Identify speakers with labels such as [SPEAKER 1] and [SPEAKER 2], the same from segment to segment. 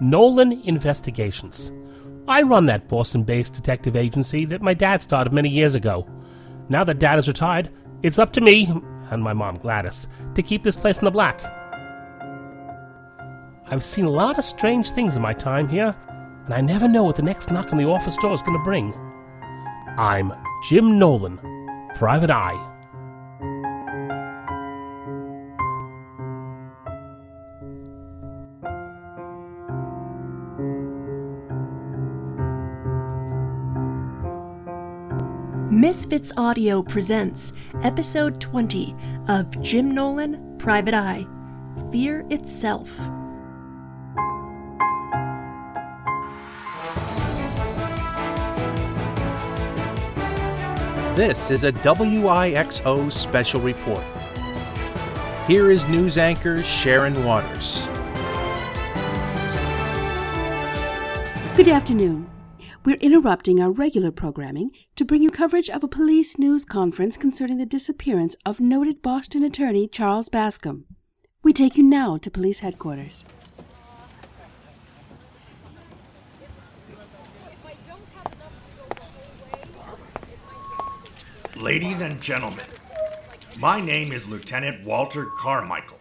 [SPEAKER 1] Nolan Investigations. I run that Boston based detective agency that my dad started many years ago. Now that dad is retired, it's up to me, and my mom Gladys, to keep this place in the black. I've seen a lot of strange things in my time here, and I never know what the next knock on the office door is going to bring. I'm Jim Nolan, Private Eye.
[SPEAKER 2] Misfits Audio presents episode 20 of Jim Nolan, Private Eye Fear Itself.
[SPEAKER 3] This is a WIXO special report. Here is news anchor Sharon Waters.
[SPEAKER 4] Good afternoon. We're interrupting our regular programming to bring you coverage of a police news conference concerning the disappearance of noted Boston attorney Charles Bascom. We take you now to police headquarters.
[SPEAKER 5] Ladies and gentlemen, my name is Lieutenant Walter Carmichael.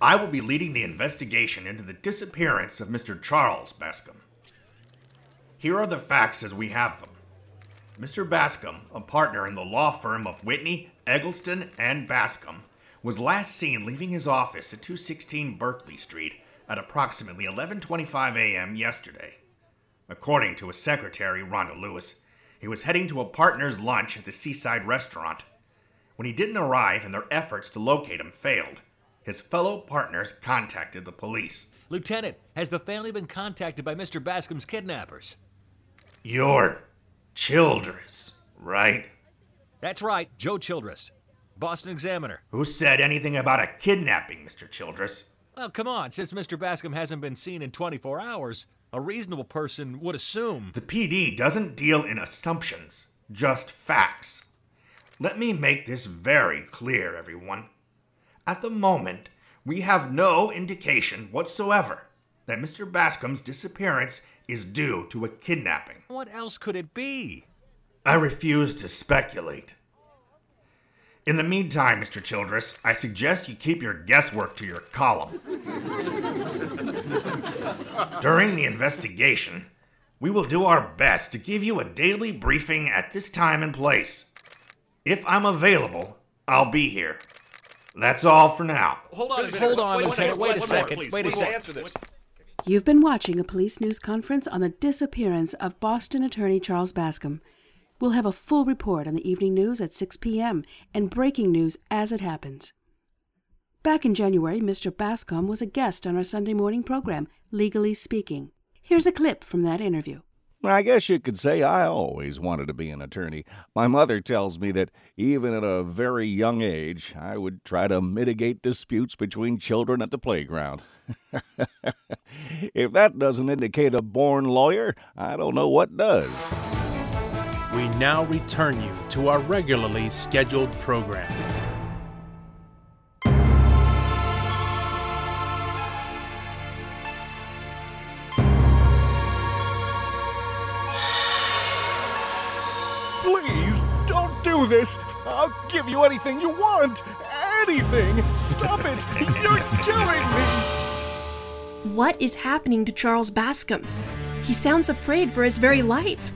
[SPEAKER 5] I will be leading the investigation into the disappearance of Mr. Charles Bascom. Here are the facts as we have them. Mr. Bascom, a partner in the law firm of Whitney, Eggleston, and Bascom, was last seen leaving his office at 216 Berkeley Street at approximately 11:25 a.m. yesterday. According to his secretary, Rhonda Lewis, he was heading to a partner's lunch at the seaside restaurant. When he didn't arrive and their efforts to locate him failed, his fellow partners contacted the police.
[SPEAKER 6] Lieutenant, has the family been contacted by Mr. Bascom's kidnappers?
[SPEAKER 5] You're Childress, right?
[SPEAKER 6] That's right, Joe Childress. Boston Examiner.
[SPEAKER 5] Who said anything about a kidnapping, Mr. Childress?
[SPEAKER 6] Well, come on, since Mr. Bascom hasn't been seen in 24 hours, a reasonable person would assume.
[SPEAKER 5] The PD doesn't deal in assumptions, just facts. Let me make this very clear, everyone. At the moment, we have no indication whatsoever that Mr. Bascom's disappearance is due to a kidnapping.
[SPEAKER 6] What else could it be?
[SPEAKER 5] I refuse to speculate. In the meantime, Mr. Childress, I suggest you keep your guesswork to your column. During the investigation, we will do our best to give you a daily briefing at this time and place. If I'm available, I'll be here. That's all for now.
[SPEAKER 6] Hold on, hold on, Lieutenant. Wait, a second. wait a second.
[SPEAKER 4] You've been watching a police news conference on the disappearance of Boston attorney Charles Bascom. We'll have a full report on the evening news at 6 p.m. and breaking news as it happens. Back in January, Mr. Bascom was a guest on our Sunday morning program, Legally Speaking. Here's a clip from that interview.
[SPEAKER 7] I guess you could say I always wanted to be an attorney. My mother tells me that even at a very young age, I would try to mitigate disputes between children at the playground. if that doesn't indicate a born lawyer, I don't know what does.
[SPEAKER 3] We now return you to our regularly scheduled program.
[SPEAKER 8] Please, don't do this. I'll give you anything you want. Anything. Stop it. You're killing me.
[SPEAKER 2] What is happening to Charles Bascom? He sounds afraid for his very life.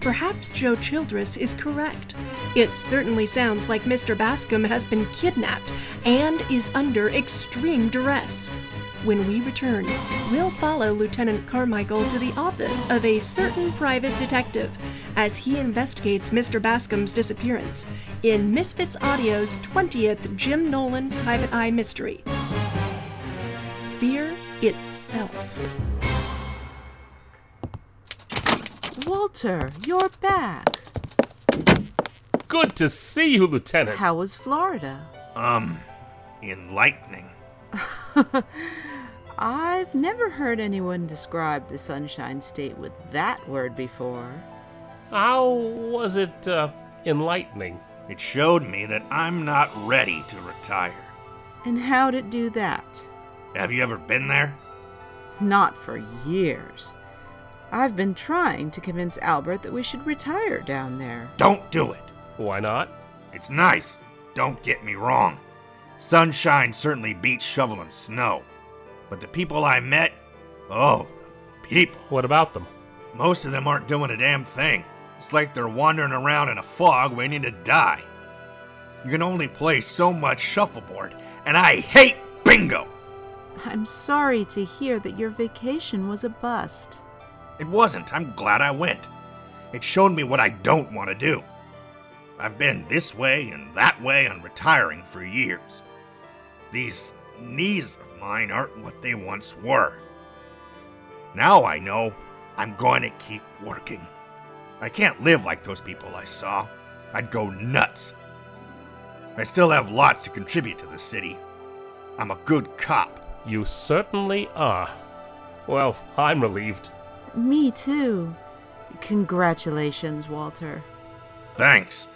[SPEAKER 2] Perhaps Joe Childress is correct. It certainly sounds like Mr. Bascom has been kidnapped and is under extreme duress. When we return, we'll follow Lieutenant Carmichael to the office of a certain private detective as he investigates Mr. Bascom's disappearance in Misfits Audio's 20th Jim Nolan Private Eye Mystery Fear Itself.
[SPEAKER 9] Walter, you're back.
[SPEAKER 1] Good to see you, Lieutenant.
[SPEAKER 9] How was Florida?
[SPEAKER 5] Um, enlightening.
[SPEAKER 9] I've never heard anyone describe the Sunshine State with that word before.
[SPEAKER 1] How was it uh, enlightening?
[SPEAKER 5] It showed me that I'm not ready to retire.
[SPEAKER 9] And how'd it do that?
[SPEAKER 5] Have you ever been there?
[SPEAKER 9] Not for years. I've been trying to convince Albert that we should retire down there.
[SPEAKER 5] Don't do it.
[SPEAKER 1] Why not?
[SPEAKER 5] It's nice. Don't get me wrong. Sunshine certainly beats shoveling snow. But the people I met, oh, the people.
[SPEAKER 1] What about them?
[SPEAKER 5] Most of them aren't doing a damn thing. It's like they're wandering around in a fog waiting to die. You can only play so much shuffleboard, and I hate bingo!
[SPEAKER 9] I'm sorry to hear that your vacation was a bust.
[SPEAKER 5] It wasn't. I'm glad I went. It showed me what I don't want to do. I've been this way and that way on retiring for years. These knees of mine aren't what they once were. Now I know I'm going to keep working. I can't live like those people I saw. I'd go nuts. I still have lots to contribute to the city. I'm a good cop.
[SPEAKER 1] You certainly are. Well, I'm relieved.
[SPEAKER 9] Me too. Congratulations, Walter.
[SPEAKER 5] Thanks.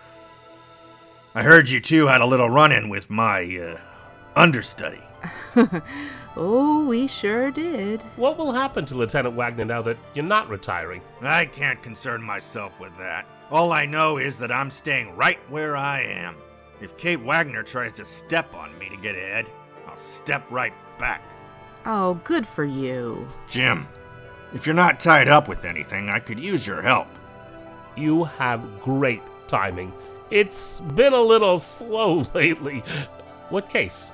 [SPEAKER 5] I heard you two had a little run in with my, uh, understudy.
[SPEAKER 9] Oh, we sure did.
[SPEAKER 1] What will happen to Lieutenant Wagner now that you're not retiring?
[SPEAKER 5] I can't concern myself with that. All I know is that I'm staying right where I am. If Kate Wagner tries to step on me to get ahead, I'll step right back.
[SPEAKER 9] Oh, good for you.
[SPEAKER 5] Jim, if you're not tied up with anything, I could use your help.
[SPEAKER 1] You have great timing. It's been a little slow lately. What case?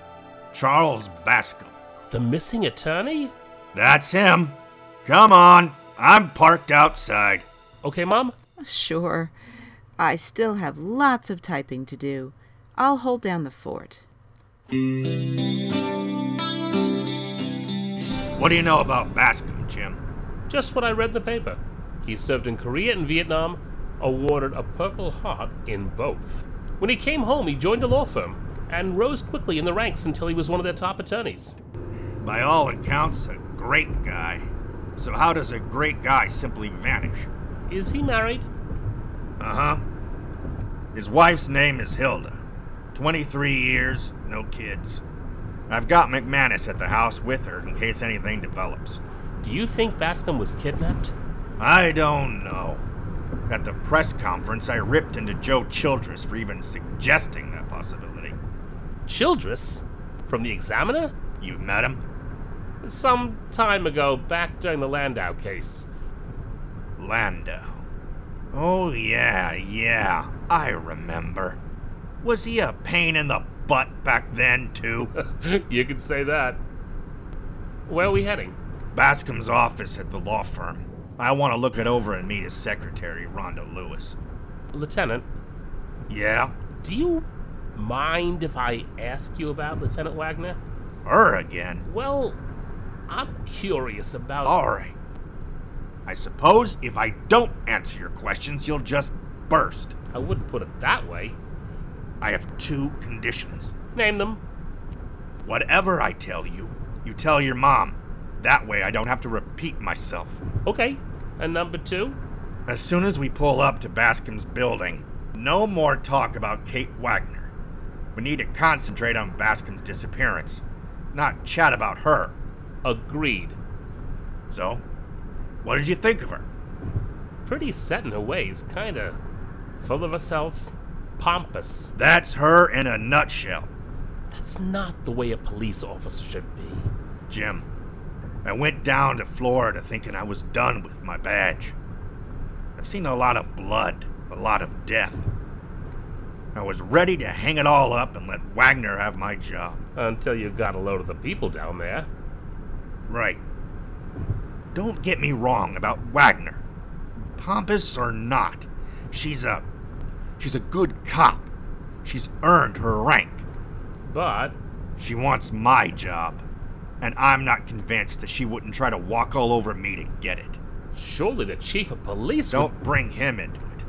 [SPEAKER 5] Charles Bascom.
[SPEAKER 1] The missing attorney?
[SPEAKER 5] That's him. Come on. I'm parked outside.
[SPEAKER 1] Okay, Mom?
[SPEAKER 9] Sure. I still have lots of typing to do. I'll hold down the fort.
[SPEAKER 5] What do you know about Bascom, Jim?
[SPEAKER 1] Just what I read in the paper. He served in Korea and Vietnam, awarded a Purple Heart in both. When he came home, he joined a law firm and rose quickly in the ranks until he was one of their top attorneys.
[SPEAKER 5] By all accounts, a great guy. So, how does a great guy simply vanish?
[SPEAKER 1] Is he married?
[SPEAKER 5] Uh huh. His wife's name is Hilda. 23 years, no kids. I've got McManus at the house with her in case anything develops.
[SPEAKER 1] Do you think Bascom was kidnapped?
[SPEAKER 5] I don't know. At the press conference, I ripped into Joe Childress for even suggesting that possibility.
[SPEAKER 1] Childress? From the Examiner?
[SPEAKER 5] You've met him?
[SPEAKER 1] Some time ago, back during the Landau case.
[SPEAKER 5] Landau. Oh, yeah, yeah, I remember. Was he a pain in the butt back then, too?
[SPEAKER 1] you could say that. Where are we heading?
[SPEAKER 5] Bascom's office at the law firm. I want to look it over and meet his secretary, Rhonda Lewis.
[SPEAKER 1] Lieutenant,
[SPEAKER 5] Yeah?
[SPEAKER 1] do you mind if I ask you about Lieutenant Wagner?
[SPEAKER 5] Her again?
[SPEAKER 1] Well, I'm curious about.
[SPEAKER 5] All right. I suppose if I don't answer your questions, you'll just burst.
[SPEAKER 1] I wouldn't put it that way.
[SPEAKER 5] I have two conditions.
[SPEAKER 1] Name them.
[SPEAKER 5] Whatever I tell you, you tell your mom. That way I don't have to repeat myself.
[SPEAKER 1] Okay. And number two?
[SPEAKER 5] As soon as we pull up to Bascom's building, no more talk about Kate Wagner. We need to concentrate on Bascom's disappearance, not chat about her.
[SPEAKER 1] Agreed.
[SPEAKER 5] So, what did you think of her?
[SPEAKER 1] Pretty set in her ways, kinda. Full of herself, pompous.
[SPEAKER 5] That's her in a nutshell.
[SPEAKER 1] That's not the way a police officer should be.
[SPEAKER 5] Jim, I went down to Florida thinking I was done with my badge. I've seen a lot of blood, a lot of death. I was ready to hang it all up and let Wagner have my job.
[SPEAKER 1] Until you got a load of the people down there.
[SPEAKER 5] Right. Don't get me wrong about Wagner. Pompous or not, she's a she's a good cop. She's earned her rank.
[SPEAKER 1] But
[SPEAKER 5] She wants my job, and I'm not convinced that she wouldn't try to walk all over me to get it.
[SPEAKER 1] surely the chief of police would-
[SPEAKER 5] Don't bring him into it.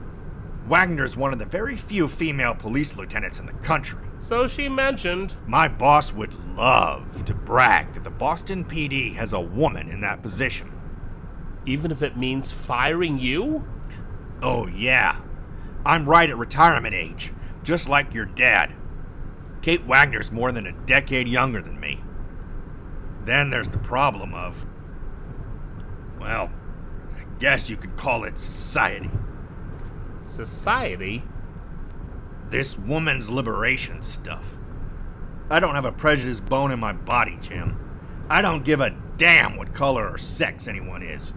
[SPEAKER 5] Wagner's one of the very few female police lieutenants in the country.
[SPEAKER 1] So she mentioned.
[SPEAKER 5] My boss would love to brag that the Boston PD has a woman in that position.
[SPEAKER 1] Even if it means firing you?
[SPEAKER 5] Oh, yeah. I'm right at retirement age, just like your dad. Kate Wagner's more than a decade younger than me. Then there's the problem of Well, I guess you could call it society.
[SPEAKER 10] Society?
[SPEAKER 5] This woman's liberation stuff. I don't have a prejudice bone in my body, Jim. I don't give a damn what color or sex anyone is.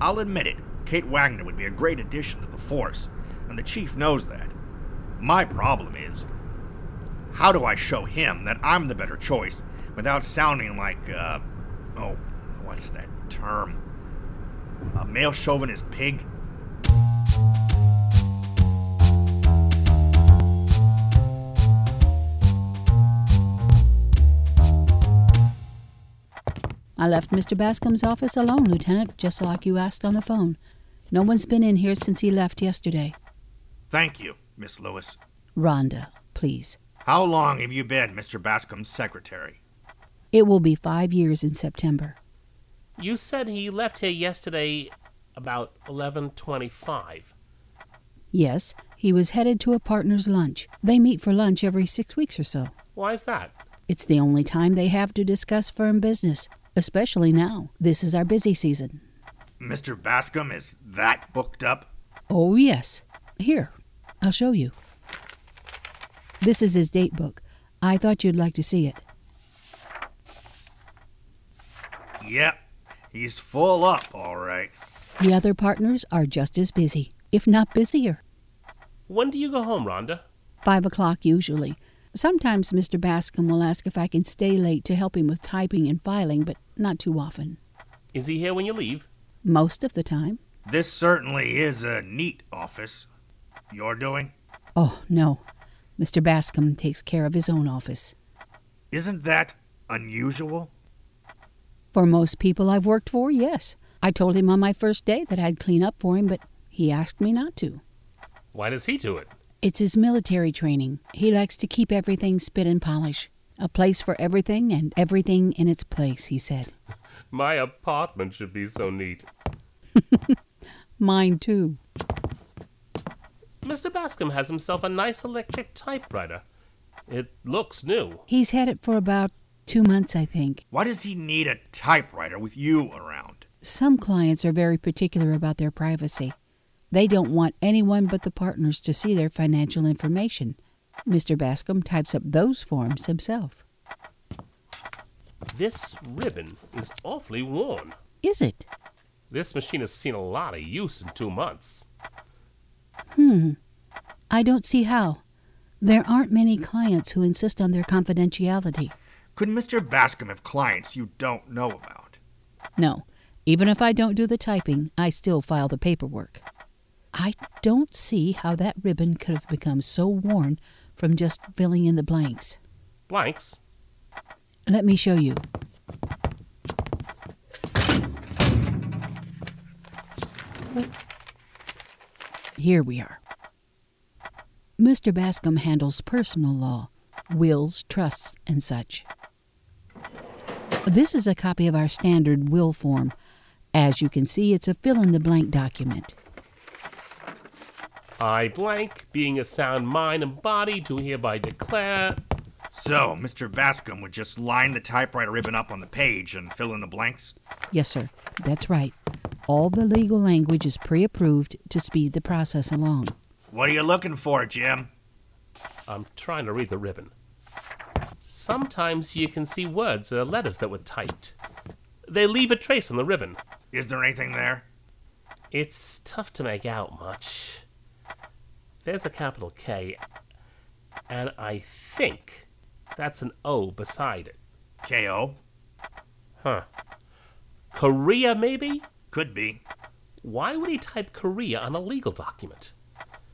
[SPEAKER 5] I'll admit it, Kate Wagner would be a great addition to the force, and the chief knows that. My problem is how do I show him that I'm the better choice without sounding like, uh, oh, what's that term? A male chauvinist pig?
[SPEAKER 11] I left Mr. Bascom's office alone, Lieutenant, just like you asked on the phone. No one's been in here since he left yesterday.
[SPEAKER 5] Thank you, Miss Lewis.
[SPEAKER 11] Rhonda, please.
[SPEAKER 5] How long have you been Mr. Bascom's secretary?
[SPEAKER 11] It will be five years in September.
[SPEAKER 1] You said he left here yesterday about 11:25.
[SPEAKER 11] Yes, he was headed to a partner's lunch. They meet for lunch every six weeks or so.
[SPEAKER 1] Why's that?
[SPEAKER 11] It's the only time they have to discuss firm business, especially now. This is our busy season.
[SPEAKER 5] Mr. Bascom is that booked up?
[SPEAKER 11] Oh, yes. Here, I'll show you. This is his date book. I thought you'd like to see it.
[SPEAKER 5] Yep, he's full up, all right.
[SPEAKER 11] The other partners are just as busy, if not busier.
[SPEAKER 1] When do you go home, Rhonda?
[SPEAKER 11] Five o'clock usually. Sometimes Mr. Bascom will ask if I can stay late to help him with typing and filing, but not too often.
[SPEAKER 1] Is he here when you leave?
[SPEAKER 11] Most of the time.
[SPEAKER 5] This certainly is a neat office. You're doing?
[SPEAKER 11] Oh, no. Mr. Bascom takes care of his own office.
[SPEAKER 5] Isn't that unusual?
[SPEAKER 11] For most people I've worked for, yes. I told him on my first day that I'd clean up for him, but he asked me not to.
[SPEAKER 1] Why does he do it?
[SPEAKER 11] It's his military training. He likes to keep everything spit and polish. A place for everything and everything in its place, he said.
[SPEAKER 1] My apartment should be so neat.
[SPEAKER 11] Mine too.
[SPEAKER 1] Mr. Bascom has himself a nice electric typewriter. It looks new.
[SPEAKER 11] He's had it for about two months, I think.
[SPEAKER 5] Why does he need a typewriter with you around?
[SPEAKER 11] Some clients are very particular about their privacy. They don't want anyone but the partners to see their financial information. Mr. Bascom types up those forms himself.
[SPEAKER 1] This ribbon is awfully worn.
[SPEAKER 11] Is it?
[SPEAKER 1] This machine has seen a lot of use in two months.
[SPEAKER 11] Hmm. I don't see how. There aren't many clients who insist on their confidentiality.
[SPEAKER 5] Could Mr. Bascom have clients you don't know about?
[SPEAKER 11] No. Even if I don't do the typing, I still file the paperwork. I don't see how that ribbon could have become so worn from just filling in the blanks.
[SPEAKER 1] Blanks?
[SPEAKER 11] Let me show you. Here we are. Mr. Bascom handles personal law, wills, trusts, and such. This is a copy of our standard will form. As you can see, it's a fill in the blank document.
[SPEAKER 1] I blank, being a sound mind and body, do hereby declare.
[SPEAKER 5] So, Mr. Bascom would just line the typewriter ribbon up on the page and fill in the blanks?
[SPEAKER 11] Yes, sir. That's right. All the legal language is pre approved to speed the process along.
[SPEAKER 5] What are you looking for, Jim?
[SPEAKER 1] I'm trying to read the ribbon. Sometimes you can see words or letters that were typed. They leave a trace on the ribbon.
[SPEAKER 5] Is there anything there?
[SPEAKER 1] It's tough to make out much. There's a capital K, and I think that's an O beside it.
[SPEAKER 5] KO?
[SPEAKER 1] Huh. Korea, maybe?
[SPEAKER 5] Could be.
[SPEAKER 1] Why would he type Korea on a legal document?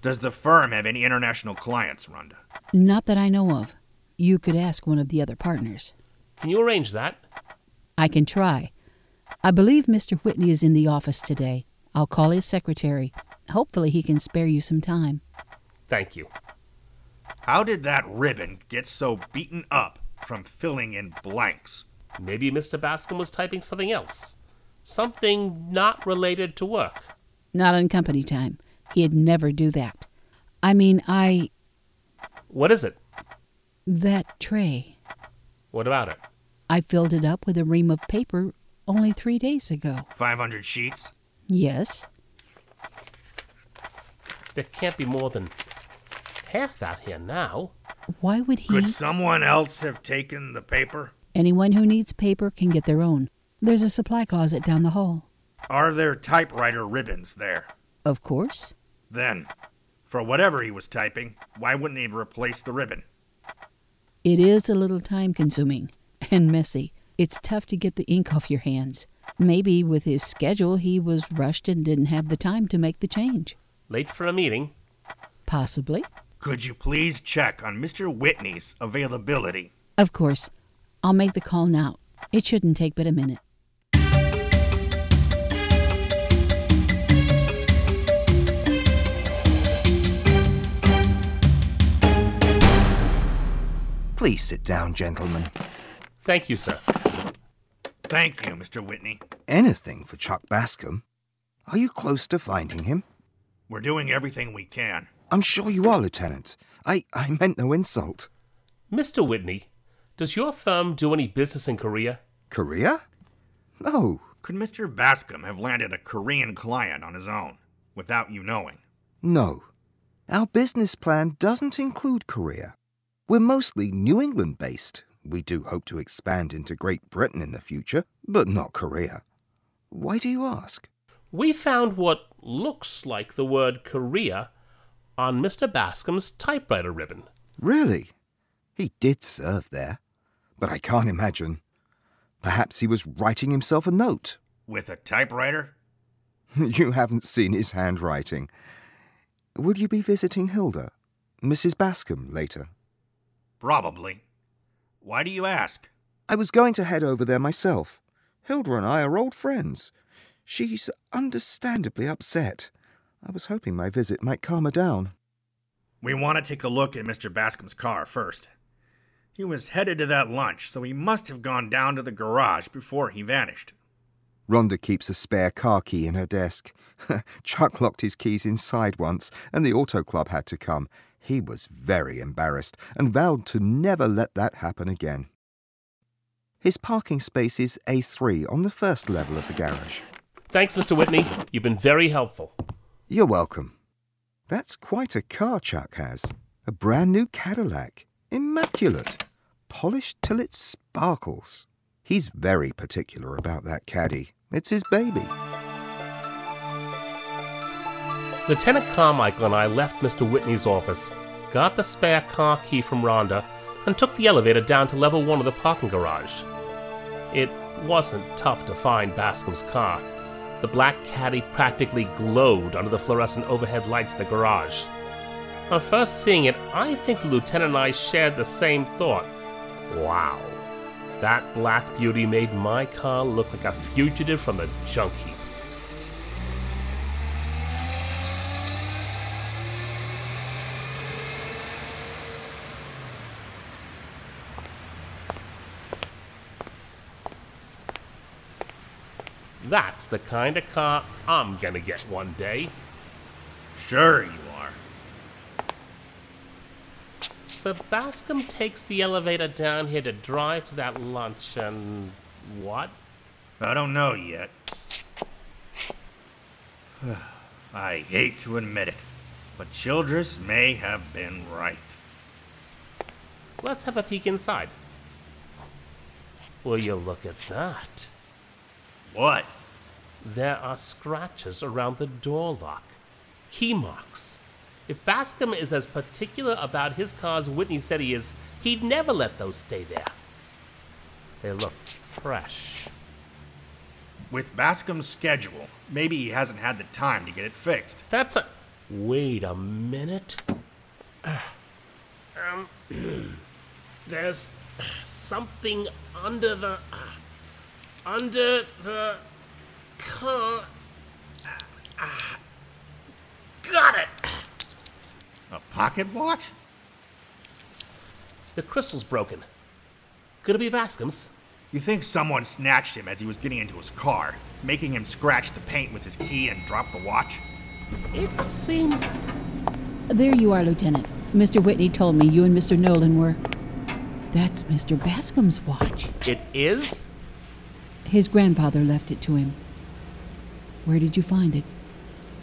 [SPEAKER 5] Does the firm have any international clients, Rhonda?
[SPEAKER 11] Not that I know of. You could ask one of the other partners.
[SPEAKER 1] Can you arrange that?
[SPEAKER 11] I can try. I believe Mr. Whitney is in the office today. I'll call his secretary. Hopefully, he can spare you some time.
[SPEAKER 1] Thank you.
[SPEAKER 5] How did that ribbon get so beaten up from filling in blanks?
[SPEAKER 1] Maybe Mr. Bascom was typing something else. Something not related to work.
[SPEAKER 11] Not on company time. He'd never do that. I mean, I.
[SPEAKER 1] What is it?
[SPEAKER 11] That tray.
[SPEAKER 1] What about it?
[SPEAKER 11] I filled it up with a ream of paper only three days ago.
[SPEAKER 5] 500 sheets?
[SPEAKER 11] Yes.
[SPEAKER 1] There can't be more than half out here now.
[SPEAKER 11] Why would he?
[SPEAKER 5] Could someone else have taken the paper?
[SPEAKER 11] Anyone who needs paper can get their own. There's a supply closet down the hall.
[SPEAKER 5] Are there typewriter ribbons there?
[SPEAKER 11] Of course.
[SPEAKER 5] Then, for whatever he was typing, why wouldn't he replace the ribbon?
[SPEAKER 11] It is a little time consuming and messy. It's tough to get the ink off your hands. Maybe with his schedule he was rushed and didn't have the time to make the change.
[SPEAKER 1] Late for a meeting.
[SPEAKER 11] Possibly.
[SPEAKER 5] Could you please check on Mr. Whitney's availability?
[SPEAKER 11] Of course. I'll make the call now. It shouldn't take but a minute.
[SPEAKER 10] Please sit down, gentlemen.
[SPEAKER 1] Thank you, sir.
[SPEAKER 5] Thank you, Mr. Whitney.
[SPEAKER 10] Anything for Chuck Bascom. Are you close to finding him?
[SPEAKER 5] We're doing everything we can.
[SPEAKER 10] I'm sure you are, Lieutenant. I, I meant no insult.
[SPEAKER 1] Mr. Whitney, does your firm do any business in Korea?
[SPEAKER 10] Korea? No.
[SPEAKER 5] Could Mr. Bascom have landed a Korean client on his own without you knowing?
[SPEAKER 10] No. Our business plan doesn't include Korea. We're mostly New England based. We do hope to expand into Great Britain in the future, but not Korea. Why do you ask?
[SPEAKER 1] We found what looks like the word Korea on Mr. Bascom's typewriter ribbon.
[SPEAKER 10] Really? He did serve there, but I can't imagine. Perhaps he was writing himself a note.
[SPEAKER 5] With a typewriter?
[SPEAKER 10] you haven't seen his handwriting. Would you be visiting Hilda, Mrs. Bascom, later?
[SPEAKER 5] Probably. Why do you ask?
[SPEAKER 10] I was going to head over there myself. Hilda and I are old friends. She's understandably upset. I was hoping my visit might calm her down.
[SPEAKER 5] We want to take a look at Mr. Bascom's car first. He was headed to that lunch, so he must have gone down to the garage before he vanished.
[SPEAKER 10] Rhonda keeps a spare car key in her desk. Chuck locked his keys inside once, and the auto club had to come. He was very embarrassed and vowed to never let that happen again. His parking space is A3 on the first level of the garage.
[SPEAKER 1] Thanks, Mr. Whitney. You've been very helpful.
[SPEAKER 10] You're welcome. That's quite a car Chuck has. A brand new Cadillac. Immaculate. Polished till it sparkles. He's very particular about that caddy. It's his baby.
[SPEAKER 1] Lieutenant Carmichael and I left Mr. Whitney's office, got the spare car key from Rhonda, and took the elevator down to level one of the parking garage. It wasn't tough to find Bascom's car. The black caddy practically glowed under the fluorescent overhead lights of the garage. On first seeing it, I think the lieutenant and I shared the same thought. Wow, that black beauty made my car look like a fugitive from the junk heap. That's the kind of car I'm gonna get one day.
[SPEAKER 5] Sure you are.
[SPEAKER 1] So Bascom takes the elevator down here to drive to that lunch and what?
[SPEAKER 5] I don't know yet. I hate to admit it, but Childress may have been right.
[SPEAKER 1] Let's have a peek inside. Will you look at that?
[SPEAKER 5] What?
[SPEAKER 1] There are scratches around the door lock. Key marks. If Bascom is as particular about his car as Whitney said he is, he'd never let those stay there. They look fresh.
[SPEAKER 5] With Bascom's schedule, maybe he hasn't had the time to get it fixed.
[SPEAKER 1] That's a. Wait a minute. Um. there's something under the. under the. car. Ah, Got it!
[SPEAKER 5] A pocket watch?
[SPEAKER 1] The crystal's broken. Could it be Bascom's?
[SPEAKER 5] You think someone snatched him as he was getting into his car, making him scratch the paint with his key and drop the watch?
[SPEAKER 1] It seems.
[SPEAKER 11] There you are, Lieutenant. Mr. Whitney told me you and Mr. Nolan were. That's Mr. Bascom's watch.
[SPEAKER 1] It is?
[SPEAKER 11] His grandfather left it to him. Where did you find it?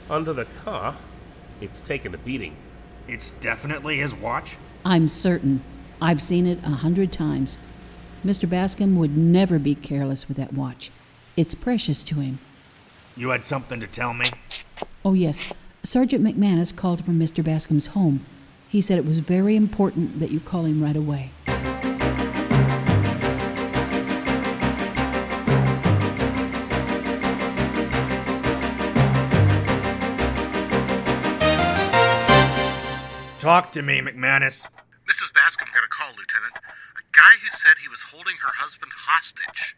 [SPEAKER 1] Under the car? It's taken a beating.
[SPEAKER 5] It's definitely his watch?
[SPEAKER 11] I'm certain. I've seen it a hundred times. Mr. Bascom would never be careless with that watch. It's precious to him.
[SPEAKER 5] You had something to tell me?
[SPEAKER 11] Oh, yes. Sergeant McManus called from Mr. Bascom's home. He said it was very important that you call him right away.
[SPEAKER 5] Talk to me, McManus.
[SPEAKER 12] Mrs. Bascom got a call, Lieutenant. A guy who said he was holding her husband hostage.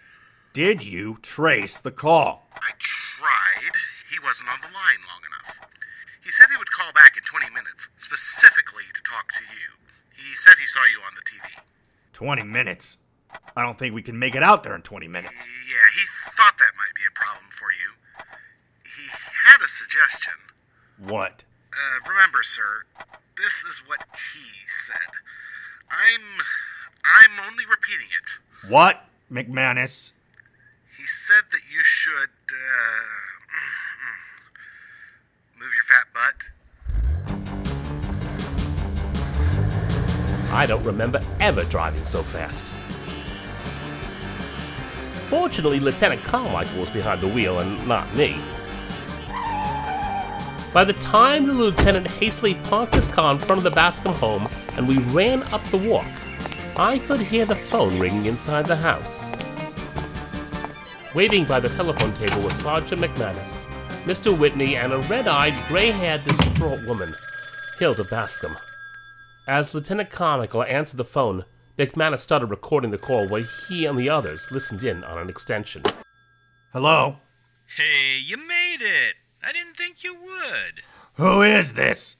[SPEAKER 5] Did you trace the call?
[SPEAKER 12] I tried. He wasn't on the line long enough. He said he would call back in 20 minutes, specifically to talk to you. He said he saw you on the TV.
[SPEAKER 5] 20 minutes. I don't think we can make it out there in 20 minutes.
[SPEAKER 12] Yeah, he thought that might be a problem for you. He had a suggestion.
[SPEAKER 5] What?
[SPEAKER 12] Uh, remember, sir, this is what he said. I'm. I'm only repeating it.
[SPEAKER 5] What, McManus?
[SPEAKER 12] He said that you should. Uh, move your fat butt.
[SPEAKER 1] I don't remember ever driving so fast. Fortunately, Lieutenant Carmichael was behind the wheel and not me. By the time the lieutenant hastily parked his car in front of the Bascom home and we ran up the walk, I could hear the phone ringing inside the house. Waiting by the telephone table was Sergeant McManus, Mr. Whitney, and a red eyed, gray haired, distraught woman, Hilda Bascom. As Lieutenant Carmichael answered the phone, McManus started recording the call while he and the others listened in on an extension.
[SPEAKER 5] Hello?
[SPEAKER 13] Hey, you made it! I didn't think you would.
[SPEAKER 5] Who is this?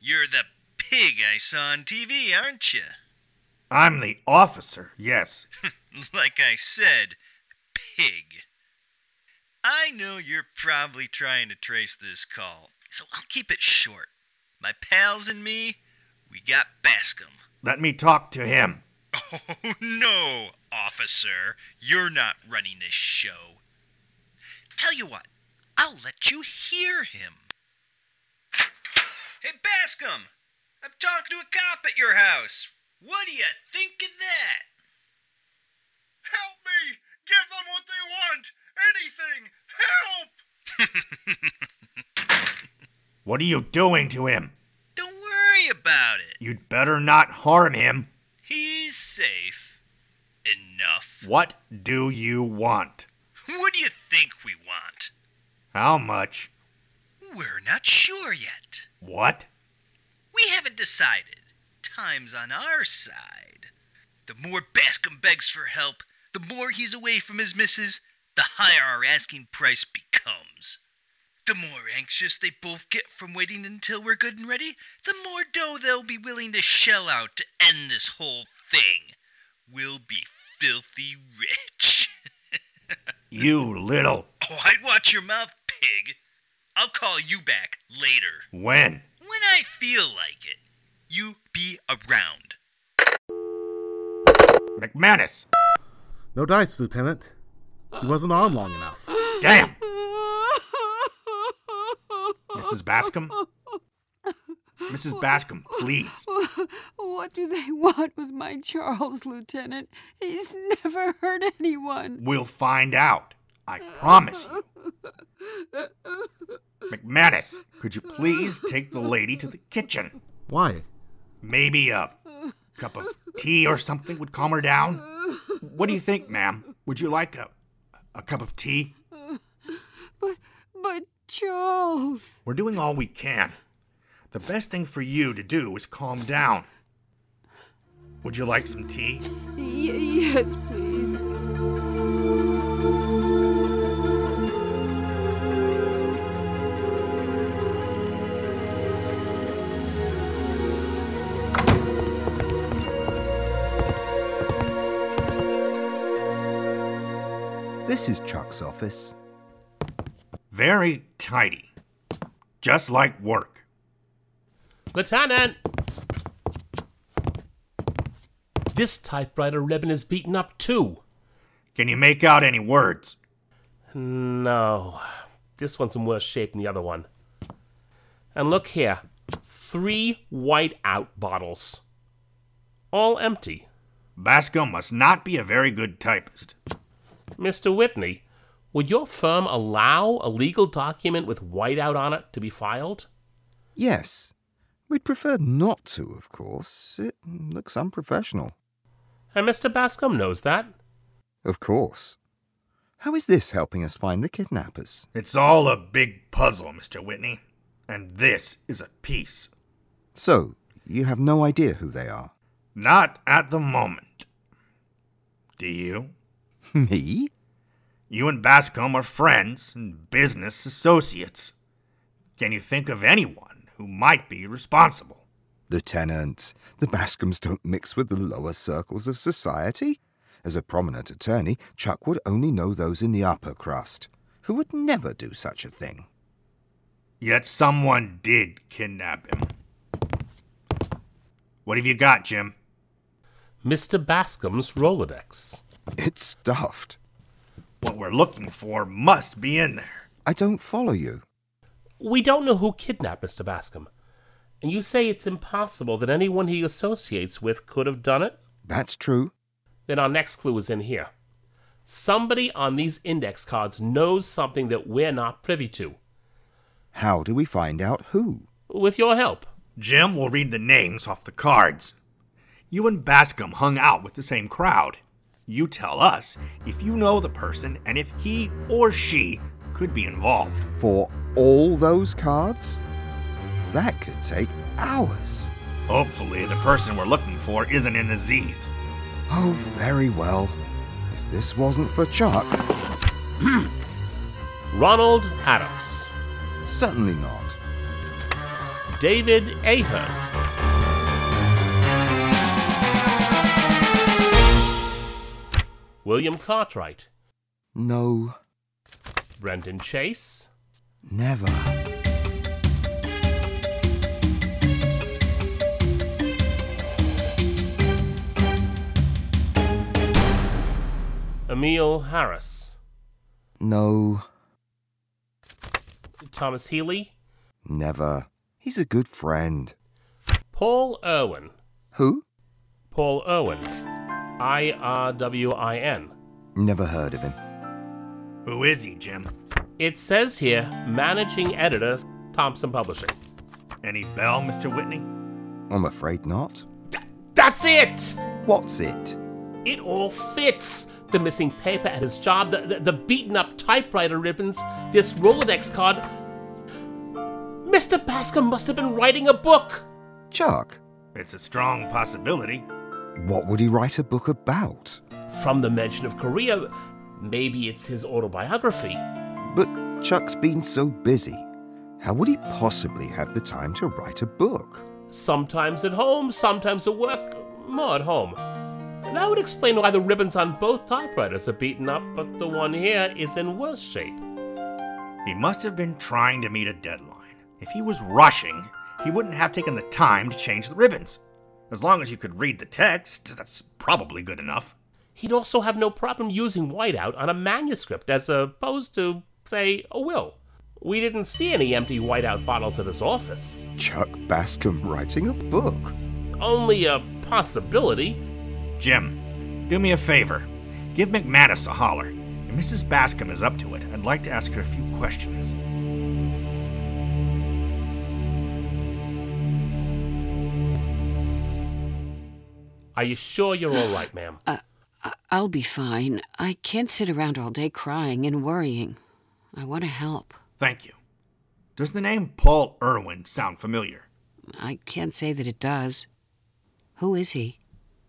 [SPEAKER 13] You're the pig I saw on TV, aren't you?
[SPEAKER 5] I'm the officer, yes.
[SPEAKER 13] like I said, pig. I know you're probably trying to trace this call, so I'll keep it short. My pals and me, we got Bascom.
[SPEAKER 5] Let me talk to him.
[SPEAKER 13] Oh, no, officer. You're not running this show. Tell you what, I'll let you hear him. Hey, Bascom! I'm talking to a cop at your house. What do you think of that?
[SPEAKER 12] Help me! Give them what they want! Anything! Help!
[SPEAKER 5] What are you doing to him?
[SPEAKER 13] Don't worry about it.
[SPEAKER 5] You'd better not harm him.
[SPEAKER 13] He's safe. Enough.
[SPEAKER 5] What do you want?
[SPEAKER 13] What do you think we want?
[SPEAKER 5] How much?
[SPEAKER 13] We're not sure yet.
[SPEAKER 5] What?
[SPEAKER 13] We haven't decided. Time's on our side. The more Bascom begs for help, the more he's away from his missus, the higher our asking price becomes. The more anxious they both get from waiting until we're good and ready, the more dough they'll be willing to shell out to end this whole thing. We'll be filthy rich.
[SPEAKER 5] You little.
[SPEAKER 13] Oh, I'd watch your mouth, pig. I'll call you back later.
[SPEAKER 5] When?
[SPEAKER 13] When I feel like it. You be around.
[SPEAKER 5] McManus!
[SPEAKER 14] No dice, Lieutenant. He wasn't on long enough.
[SPEAKER 5] Damn! Mrs. Bascom? Mrs. Bascom, please.
[SPEAKER 15] What do they want with my Charles, Lieutenant? He's never hurt anyone.
[SPEAKER 5] We'll find out. I promise you. McManus, could you please take the lady to the kitchen?
[SPEAKER 14] Why?
[SPEAKER 5] Maybe a cup of tea or something would calm her down. What do you think, ma'am? Would you like a, a cup of tea?
[SPEAKER 15] But, but, Charles.
[SPEAKER 5] We're doing all we can. The best thing for you to do is calm down. Would you like some tea?
[SPEAKER 15] Y- yes, please.
[SPEAKER 10] This is Chuck's office.
[SPEAKER 5] Very tidy. Just like work.
[SPEAKER 1] Lieutenant! This typewriter ribbon is beaten up too.
[SPEAKER 5] Can you make out any words?
[SPEAKER 1] No. This one's in worse shape than the other one. And look here three white out bottles. All empty.
[SPEAKER 5] Bascom must not be a very good typist.
[SPEAKER 1] Mr. Whitney, would your firm allow a legal document with whiteout on it to be filed?
[SPEAKER 10] Yes. We'd prefer not to, of course. It looks unprofessional.
[SPEAKER 1] And Mr. Bascom knows that.
[SPEAKER 10] Of course. How is this helping us find the kidnappers?
[SPEAKER 5] It's all a big puzzle, Mr. Whitney. And this is a piece.
[SPEAKER 10] So, you have no idea who they are?
[SPEAKER 5] Not at the moment. Do you?
[SPEAKER 10] Me?
[SPEAKER 5] You and Bascom are friends and business associates. Can you think of anyone who might be responsible?
[SPEAKER 10] Lieutenant, the Bascoms don't mix with the lower circles of society. As a prominent attorney, Chuck would only know those in the upper crust, who would never do such a thing.
[SPEAKER 5] Yet someone did kidnap him. What have you got, Jim?
[SPEAKER 1] Mr. Bascom's Rolodex.
[SPEAKER 10] It's stuffed.
[SPEAKER 5] What we're looking for must be in there.
[SPEAKER 10] I don't follow you.
[SPEAKER 1] We don't know who kidnapped Mr. Bascom. And you say it's impossible that anyone he associates with could have done it?
[SPEAKER 10] That's true.
[SPEAKER 1] Then our next clue is in here. Somebody on these index cards knows something that we're not privy to.
[SPEAKER 10] How do we find out who?
[SPEAKER 1] With your help.
[SPEAKER 5] Jim will read the names off the cards. You and Bascom hung out with the same crowd. You tell us if you know the person and if he or she could be involved.
[SPEAKER 10] For all those cards? That could take hours.
[SPEAKER 5] Hopefully, the person we're looking for isn't in the Z's.
[SPEAKER 10] Oh, very well. If this wasn't for Chuck.
[SPEAKER 1] Ronald Adams.
[SPEAKER 10] Certainly not.
[SPEAKER 1] David Ahern. William Cartwright.
[SPEAKER 10] No,
[SPEAKER 1] Brendan Chase.
[SPEAKER 10] never.
[SPEAKER 1] Emil Harris.
[SPEAKER 10] No,
[SPEAKER 1] Thomas Healy.
[SPEAKER 10] never. He's a good friend.
[SPEAKER 1] Paul Irwin.
[SPEAKER 10] Who?
[SPEAKER 1] Paul Irwin. I R W I N.
[SPEAKER 10] Never heard of him.
[SPEAKER 5] Who is he, Jim?
[SPEAKER 1] It says here managing editor, Thompson Publishing.
[SPEAKER 5] Any bell, Mr. Whitney?
[SPEAKER 10] I'm afraid not.
[SPEAKER 1] That's it!
[SPEAKER 10] What's it?
[SPEAKER 1] It all fits! The missing paper at his job, the, the, the beaten up typewriter ribbons, this Rolodex card. Mr. Bascom must have been writing a book!
[SPEAKER 10] Chuck.
[SPEAKER 5] It's a strong possibility.
[SPEAKER 10] What would he write a book about?
[SPEAKER 1] From the mention of Korea, maybe it's his autobiography.
[SPEAKER 10] But Chuck's been so busy. How would he possibly have the time to write a book?
[SPEAKER 1] Sometimes at home, sometimes at work, more at home. And that would explain why the ribbons on both typewriters are beaten up, but the one here is in worse shape.
[SPEAKER 5] He must have been trying to meet a deadline. If he was rushing, he wouldn't have taken the time to change the ribbons. As long as you could read the text, that's probably good enough.
[SPEAKER 1] He'd also have no problem using whiteout on a manuscript as opposed to, say, a will. We didn't see any empty whiteout bottles at his office.
[SPEAKER 10] Chuck Bascom writing a book?
[SPEAKER 1] Only a possibility.
[SPEAKER 5] Jim, do me a favor. Give McManus a holler. If Mrs. Bascom is up to it, I'd like to ask her a few questions.
[SPEAKER 1] Are you sure you're all right, ma'am?
[SPEAKER 16] I- I'll be fine. I can't sit around all day crying and worrying. I want to help.
[SPEAKER 5] Thank you. Does the name Paul Irwin sound familiar?
[SPEAKER 16] I can't say that it does. Who is he?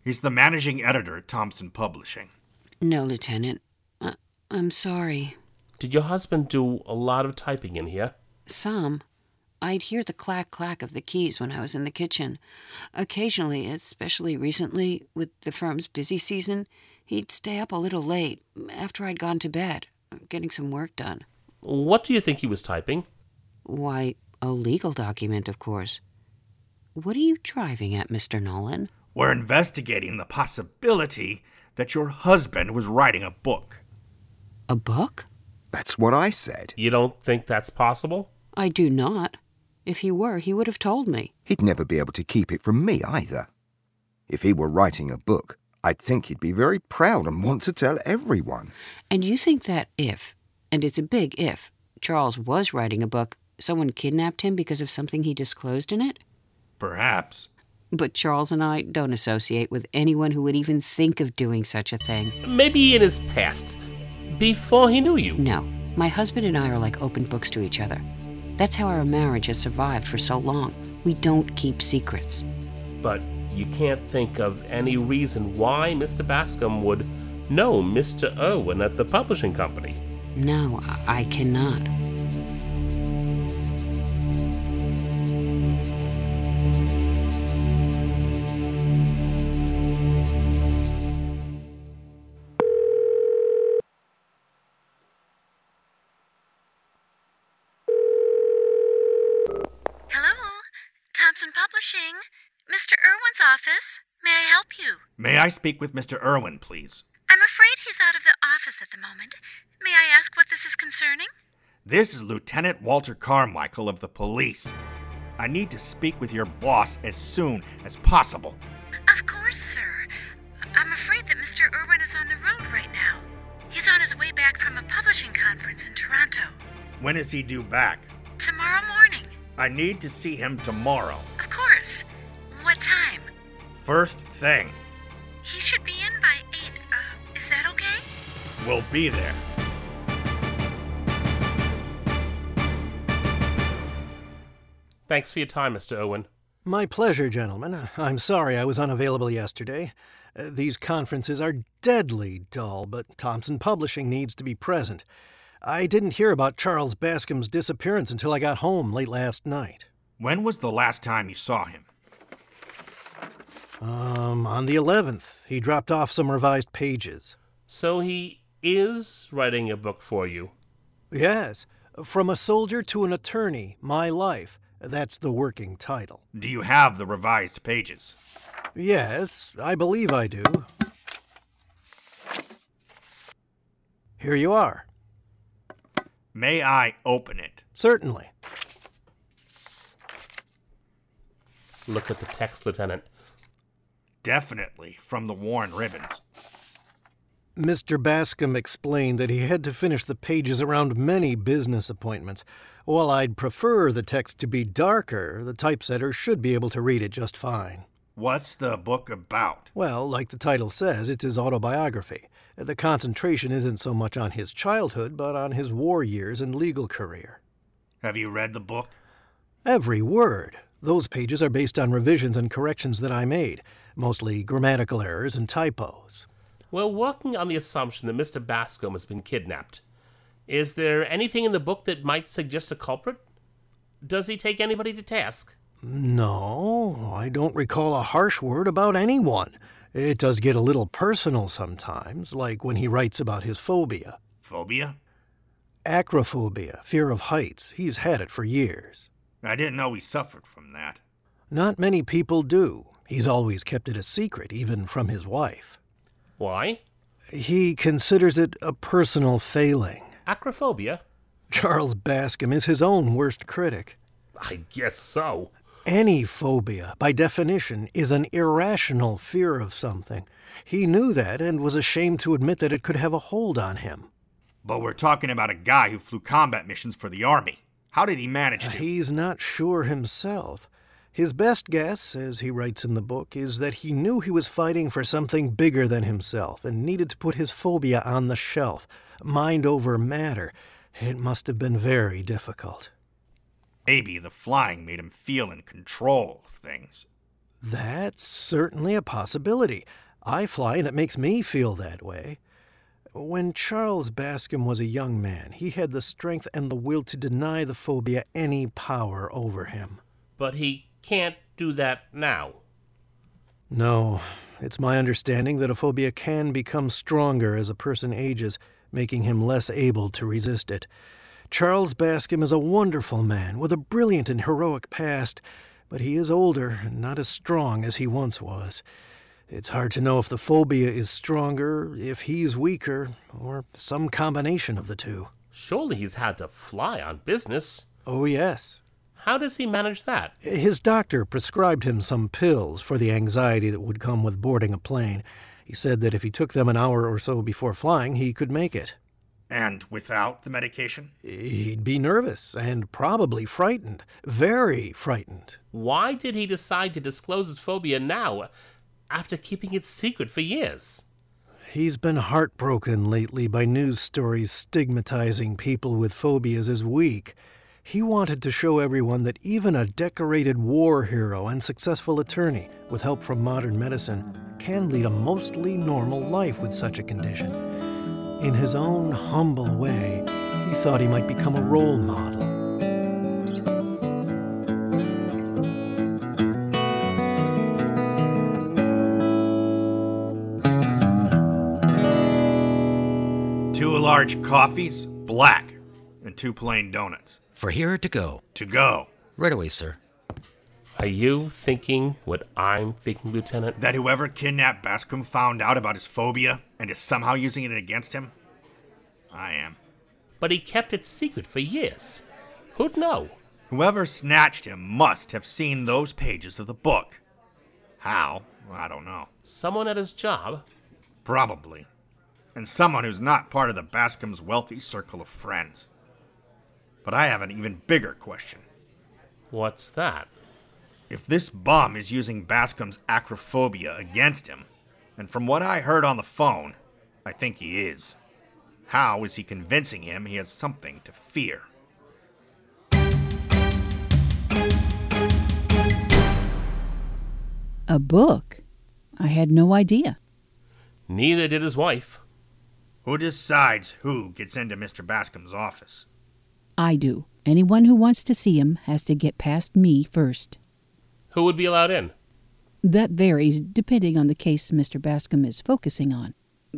[SPEAKER 5] He's the managing editor at Thompson Publishing.
[SPEAKER 16] No, Lieutenant. I- I'm sorry.
[SPEAKER 1] Did your husband do a lot of typing in here?
[SPEAKER 16] Some. I'd hear the clack clack of the keys when I was in the kitchen. Occasionally, especially recently, with the firm's busy season, he'd stay up a little late after I'd gone to bed, getting some work done.
[SPEAKER 1] What do you think he was typing?
[SPEAKER 16] Why, a legal document, of course. What are you driving at, Mr. Nolan?
[SPEAKER 5] We're investigating the possibility that your husband was writing a book.
[SPEAKER 16] A book?
[SPEAKER 10] That's what I said.
[SPEAKER 1] You don't think that's possible?
[SPEAKER 16] I do not. If he were, he would have told me.
[SPEAKER 10] He'd never be able to keep it from me either. If he were writing a book, I'd think he'd be very proud and want to tell everyone.
[SPEAKER 16] And you think that if, and it's a big if, Charles was writing a book, someone kidnapped him because of something he disclosed in it?
[SPEAKER 5] Perhaps.
[SPEAKER 16] But Charles and I don't associate with anyone who would even think of doing such a thing.
[SPEAKER 1] Maybe in his past, before he knew you.
[SPEAKER 16] No, my husband and I are like open books to each other. That's how our marriage has survived for so long. We don't keep secrets.
[SPEAKER 1] But you can't think of any reason why Mr. Bascom would know Mr. Irwin at the publishing company.
[SPEAKER 16] No, I I cannot.
[SPEAKER 17] Hello, Thompson Publishing. Mr. Irwin's office. May I help you?
[SPEAKER 5] May I speak with Mr. Irwin, please?
[SPEAKER 17] I'm afraid he's out of the office at the moment. May I ask what this is concerning?
[SPEAKER 5] This is Lieutenant Walter Carmichael of the police. I need to speak with your boss as soon as possible.
[SPEAKER 17] Of course, sir. I'm afraid that Mr. Irwin is on the road right now. He's on his way back from a publishing conference in Toronto.
[SPEAKER 5] When is he due back?
[SPEAKER 17] Tomorrow morning,
[SPEAKER 5] I need to see him tomorrow.
[SPEAKER 17] of course. What time?
[SPEAKER 5] First thing,
[SPEAKER 17] He should be in by 8. Uh, is that okay?
[SPEAKER 5] we'll be there.
[SPEAKER 1] Thanks for your time, Mr. Irwin.
[SPEAKER 18] My pleasure, gentlemen. I'm sorry I was unavailable yesterday. Uh, these conferences are deadly dull, but Thompson Publishing needs to be present. I didn't hear about Charles Bascom's disappearance until I got home late last night.
[SPEAKER 5] When was the last time you saw him?
[SPEAKER 18] Um, on the 11th, he dropped off some revised pages.
[SPEAKER 1] So he is writing a book for you.
[SPEAKER 18] Yes, From a Soldier to an Attorney My Life. That's the working title.
[SPEAKER 5] Do you have the revised pages?
[SPEAKER 18] Yes, I believe I do. Here you are.
[SPEAKER 5] May I open it?
[SPEAKER 18] Certainly.
[SPEAKER 1] Look at the text, Lieutenant.
[SPEAKER 5] Definitely from the Warren Ribbons.
[SPEAKER 18] Mr. Bascom explained that he had to finish the pages around many business appointments. While I'd prefer the text to be darker, the typesetter should be able to read it just fine.
[SPEAKER 5] What's the book about?
[SPEAKER 18] Well, like the title says, it's his autobiography. The concentration isn't so much on his childhood, but on his war years and legal career.
[SPEAKER 5] Have you read the book?
[SPEAKER 18] Every word. Those pages are based on revisions and corrections that I made, mostly grammatical errors and typos.
[SPEAKER 1] We're working on the assumption that Mr. Bascom has been kidnapped. Is there anything in the book that might suggest a culprit? Does he take anybody to task?
[SPEAKER 18] No, I don't recall a harsh word about anyone. It does get a little personal sometimes, like when he writes about his phobia.
[SPEAKER 5] Phobia?
[SPEAKER 18] Acrophobia, fear of heights. He's had it for years.
[SPEAKER 5] I didn't know he suffered from that.
[SPEAKER 18] Not many people do. He's always kept it a secret, even from his wife.
[SPEAKER 1] Why?
[SPEAKER 18] He considers it a personal failing.
[SPEAKER 1] Acrophobia?
[SPEAKER 18] Charles Bascom is his own worst critic.
[SPEAKER 1] I guess so.
[SPEAKER 18] Any phobia, by definition, is an irrational fear of something. He knew that and was ashamed to admit that it could have a hold on him.
[SPEAKER 5] But we're talking about a guy who flew combat missions for the Army. How did he manage to?
[SPEAKER 18] He's not sure himself. His best guess, as he writes in the book, is that he knew he was fighting for something bigger than himself and needed to put his phobia on the shelf, mind over matter. It must have been very difficult.
[SPEAKER 5] Maybe the flying made him feel in control of things.
[SPEAKER 18] That's certainly a possibility. I fly and it makes me feel that way. When Charles Bascom was a young man, he had the strength and the will to deny the phobia any power over him.
[SPEAKER 1] But he can't do that now.
[SPEAKER 18] No, it's my understanding that a phobia can become stronger as a person ages, making him less able to resist it. Charles Bascom is a wonderful man with a brilliant and heroic past, but he is older and not as strong as he once was. It's hard to know if the phobia is stronger, if he's weaker, or some combination of the two.
[SPEAKER 19] Surely he's had to fly on business.
[SPEAKER 18] Oh, yes.
[SPEAKER 19] How does he manage that?
[SPEAKER 18] His doctor prescribed him some pills for the anxiety that would come with boarding a plane. He said that if he took them an hour or so before flying, he could make it.
[SPEAKER 5] And without the medication?
[SPEAKER 18] He'd be nervous and probably frightened, very frightened.
[SPEAKER 19] Why did he decide to disclose his phobia now, after keeping it secret for years?
[SPEAKER 18] He's been heartbroken lately by news stories stigmatizing people with phobias as weak. He wanted to show everyone that even a decorated war hero and successful attorney, with help from modern medicine, can lead a mostly normal life with such a condition. In his own humble way, he thought he might become a role model.
[SPEAKER 5] Two large coffees, black, and two plain donuts.
[SPEAKER 20] For here to go.
[SPEAKER 5] To go.
[SPEAKER 20] Right away, sir.
[SPEAKER 19] Are you thinking what I'm thinking, Lieutenant?
[SPEAKER 5] That whoever kidnapped Bascom found out about his phobia and is somehow using it against him? I am.
[SPEAKER 19] But he kept it secret for years. Who'd know?
[SPEAKER 5] Whoever snatched him must have seen those pages of the book. How? I don't know.
[SPEAKER 19] Someone at his job?
[SPEAKER 5] Probably. And someone who's not part of the Bascom's wealthy circle of friends. But I have an even bigger question.
[SPEAKER 19] What's that?
[SPEAKER 5] If this bum is using Bascom's acrophobia against him, and from what I heard on the phone, I think he is, how is he convincing him he has something to fear?
[SPEAKER 11] A book? I had no idea.
[SPEAKER 19] Neither did his wife.
[SPEAKER 5] Who decides who gets into Mr. Bascom's office?
[SPEAKER 11] I do. Anyone who wants to see him has to get past me first.
[SPEAKER 19] Who would be allowed in?
[SPEAKER 11] That varies depending on the case Mr. Bascom is focusing on.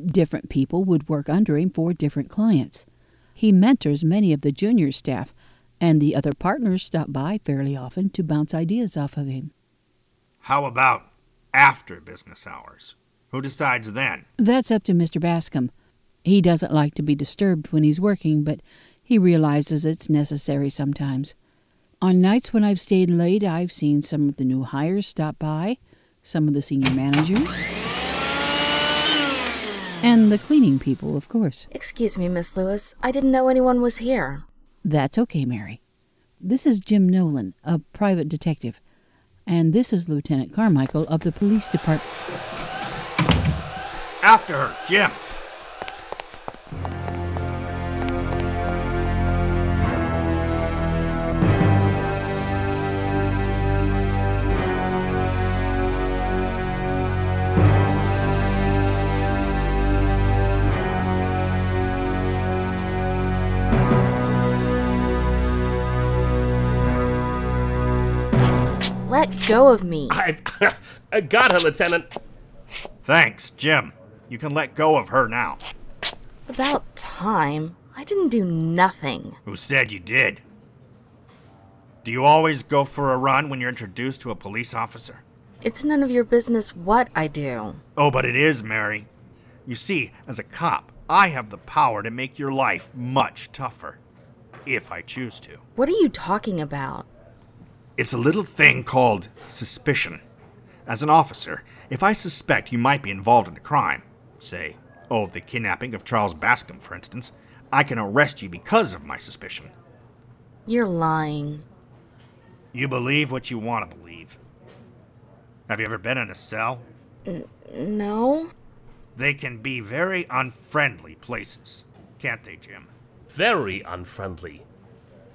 [SPEAKER 11] Different people would work under him for different clients. He mentors many of the junior staff, and the other partners stop by fairly often to bounce ideas off of him.
[SPEAKER 5] How about after business hours? Who decides then?
[SPEAKER 11] That's up to Mr. Bascom. He doesn't like to be disturbed when he's working, but he realizes it's necessary sometimes. On nights when I've stayed late, I've seen some of the new hires stop by, some of the senior managers, and the cleaning people, of course.
[SPEAKER 21] Excuse me, Miss Lewis. I didn't know anyone was here.
[SPEAKER 11] That's okay, Mary. This is Jim Nolan, a private detective, and this is Lieutenant Carmichael of the police department.
[SPEAKER 5] After her, Jim!
[SPEAKER 21] Let go of me.
[SPEAKER 19] I, I got her, Lieutenant.
[SPEAKER 5] Thanks, Jim. You can let go of her now.
[SPEAKER 21] About time. I didn't do nothing.
[SPEAKER 5] Who said you did? Do you always go for a run when you're introduced to a police officer?
[SPEAKER 21] It's none of your business what I do.
[SPEAKER 5] Oh, but it is, Mary. You see, as a cop, I have the power to make your life much tougher. If I choose to.
[SPEAKER 21] What are you talking about?
[SPEAKER 5] It's a little thing called suspicion. As an officer, if I suspect you might be involved in a crime, say, oh, the kidnapping of Charles Bascom, for instance, I can arrest you because of my suspicion.
[SPEAKER 21] You're lying.
[SPEAKER 5] You believe what you want to believe. Have you ever been in a cell?
[SPEAKER 21] N- no.
[SPEAKER 5] They can be very unfriendly places, can't they, Jim?
[SPEAKER 19] Very unfriendly.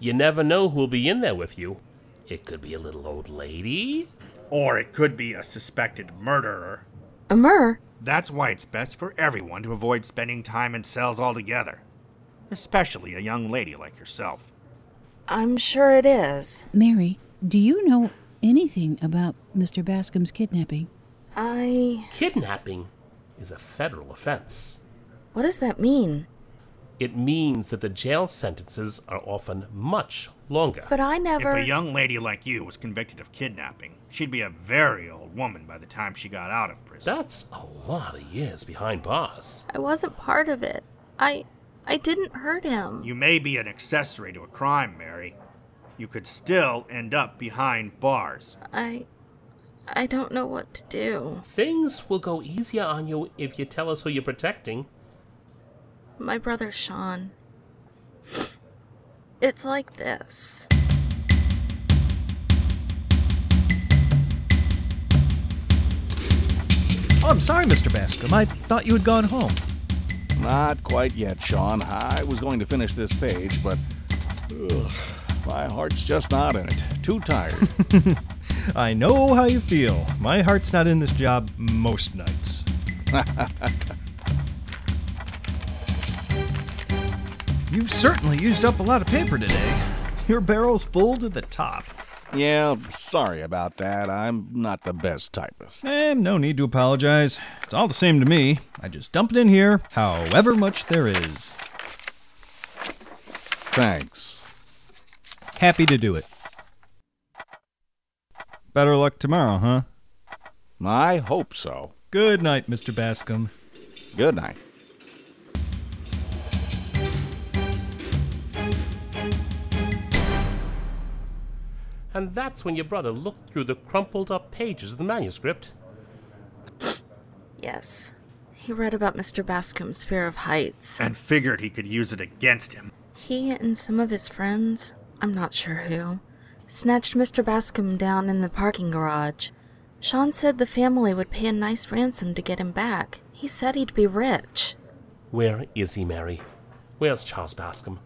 [SPEAKER 19] You never know who'll be in there with you. It could be a little old lady.
[SPEAKER 5] Or it could be a suspected murderer.
[SPEAKER 21] A murder?
[SPEAKER 5] That's why it's best for everyone to avoid spending time in cells altogether, especially a young lady like yourself.
[SPEAKER 21] I'm sure it is.
[SPEAKER 11] Mary, do you know anything about Mr. Bascom's kidnapping?
[SPEAKER 21] I.
[SPEAKER 19] Kidnapping is a federal offense.
[SPEAKER 21] What does that mean?
[SPEAKER 19] It means that the jail sentences are often much longer.
[SPEAKER 21] But I never.
[SPEAKER 5] If a young lady like you was convicted of kidnapping, she'd be a very old woman by the time she got out of prison. prison.
[SPEAKER 19] That's a lot of years behind bars.
[SPEAKER 21] I wasn't part of it. I I didn't hurt him.
[SPEAKER 5] You may be an accessory to a crime, Mary. You could still end up behind bars.
[SPEAKER 21] I I don't know what to do.
[SPEAKER 19] Things will go easier on you if you tell us who you're protecting.
[SPEAKER 21] My brother Sean. It's like this.
[SPEAKER 20] Oh, I'm sorry, Mr. Bascom. I thought you had gone home.
[SPEAKER 7] Not quite yet, Sean. I was going to finish this page, but ugh, my heart's just not in it. Too tired.
[SPEAKER 20] I know how you feel. My heart's not in this job most nights. You've certainly used up a lot of paper today. Your barrel's full to the top.
[SPEAKER 7] yeah, sorry about that. I'm not the best typist.
[SPEAKER 20] Eh, no need to apologize. It's all the same to me. I just dump it in here, however much there is.
[SPEAKER 7] Thanks.
[SPEAKER 20] Happy to do it. Better luck tomorrow, huh?
[SPEAKER 7] I hope so.
[SPEAKER 20] Good night, Mr. Bascom.
[SPEAKER 7] Good night.
[SPEAKER 1] And that's when your brother looked through the crumpled up pages of the manuscript.
[SPEAKER 21] Yes. He read about Mr. Bascom's fear of heights.
[SPEAKER 5] And figured he could use it against him.
[SPEAKER 21] He and some of his friends, I'm not sure who, snatched Mr. Bascom down in the parking garage. Sean said the family would pay a nice ransom to get him back. He said he'd be rich.
[SPEAKER 1] Where is he, Mary? Where's Charles Bascom?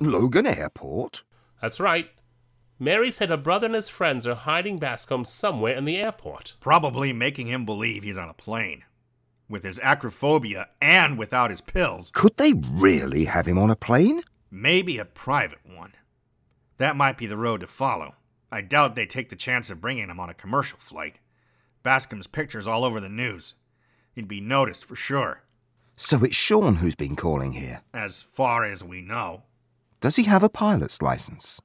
[SPEAKER 10] Logan Airport?
[SPEAKER 1] That's right. Mary said her brother and his friends are hiding Bascom somewhere in the airport.
[SPEAKER 5] Probably making him believe he's on a plane. With his acrophobia and without his pills,
[SPEAKER 10] Could they really have him on a plane?
[SPEAKER 5] maybe a private one. That might be the road to follow. I doubt they take the chance of bringing him on a commercial flight. Bascom's picture's all over the news. He'd be noticed for sure,
[SPEAKER 10] So it's Sean who's been calling here.
[SPEAKER 5] as far as we know.
[SPEAKER 10] Does he have a pilot's license?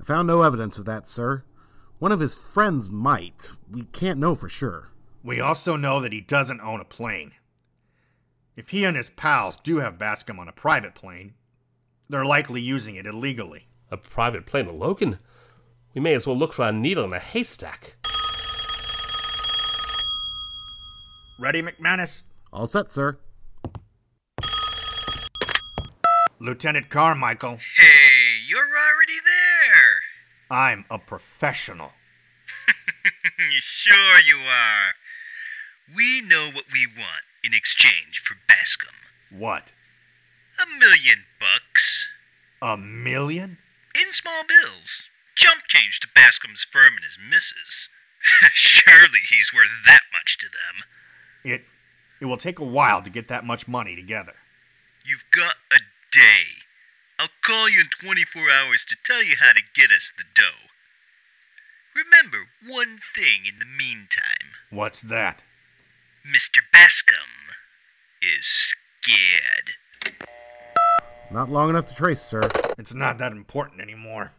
[SPEAKER 14] I found no evidence of that, sir. One of his friends might. We can't know for sure.
[SPEAKER 5] We also know that he doesn't own a plane. If he and his pals do have Bascom on a private plane, they're likely using it illegally.
[SPEAKER 1] A private plane to Logan? We may as well look for a needle in a haystack.
[SPEAKER 5] Ready, McManus?
[SPEAKER 14] All set, sir.
[SPEAKER 5] Lieutenant Carmichael,
[SPEAKER 13] Hey, you're already there.
[SPEAKER 5] I'm a professional.
[SPEAKER 13] sure you are. We know what we want in exchange for Bascom.
[SPEAKER 5] What?
[SPEAKER 13] A million bucks.
[SPEAKER 5] A million?
[SPEAKER 13] In small bills. Jump change to Bascom's firm and his missus. Surely he's worth that much to them.
[SPEAKER 5] It it will take a while to get that much money together.
[SPEAKER 13] You've got a day. I'll call you in 24 hours to tell you how to get us the dough. Remember one thing in the meantime
[SPEAKER 5] What's that?
[SPEAKER 13] Mr. Bascom is scared.
[SPEAKER 14] Not long enough to trace, sir.
[SPEAKER 5] It's not that important anymore.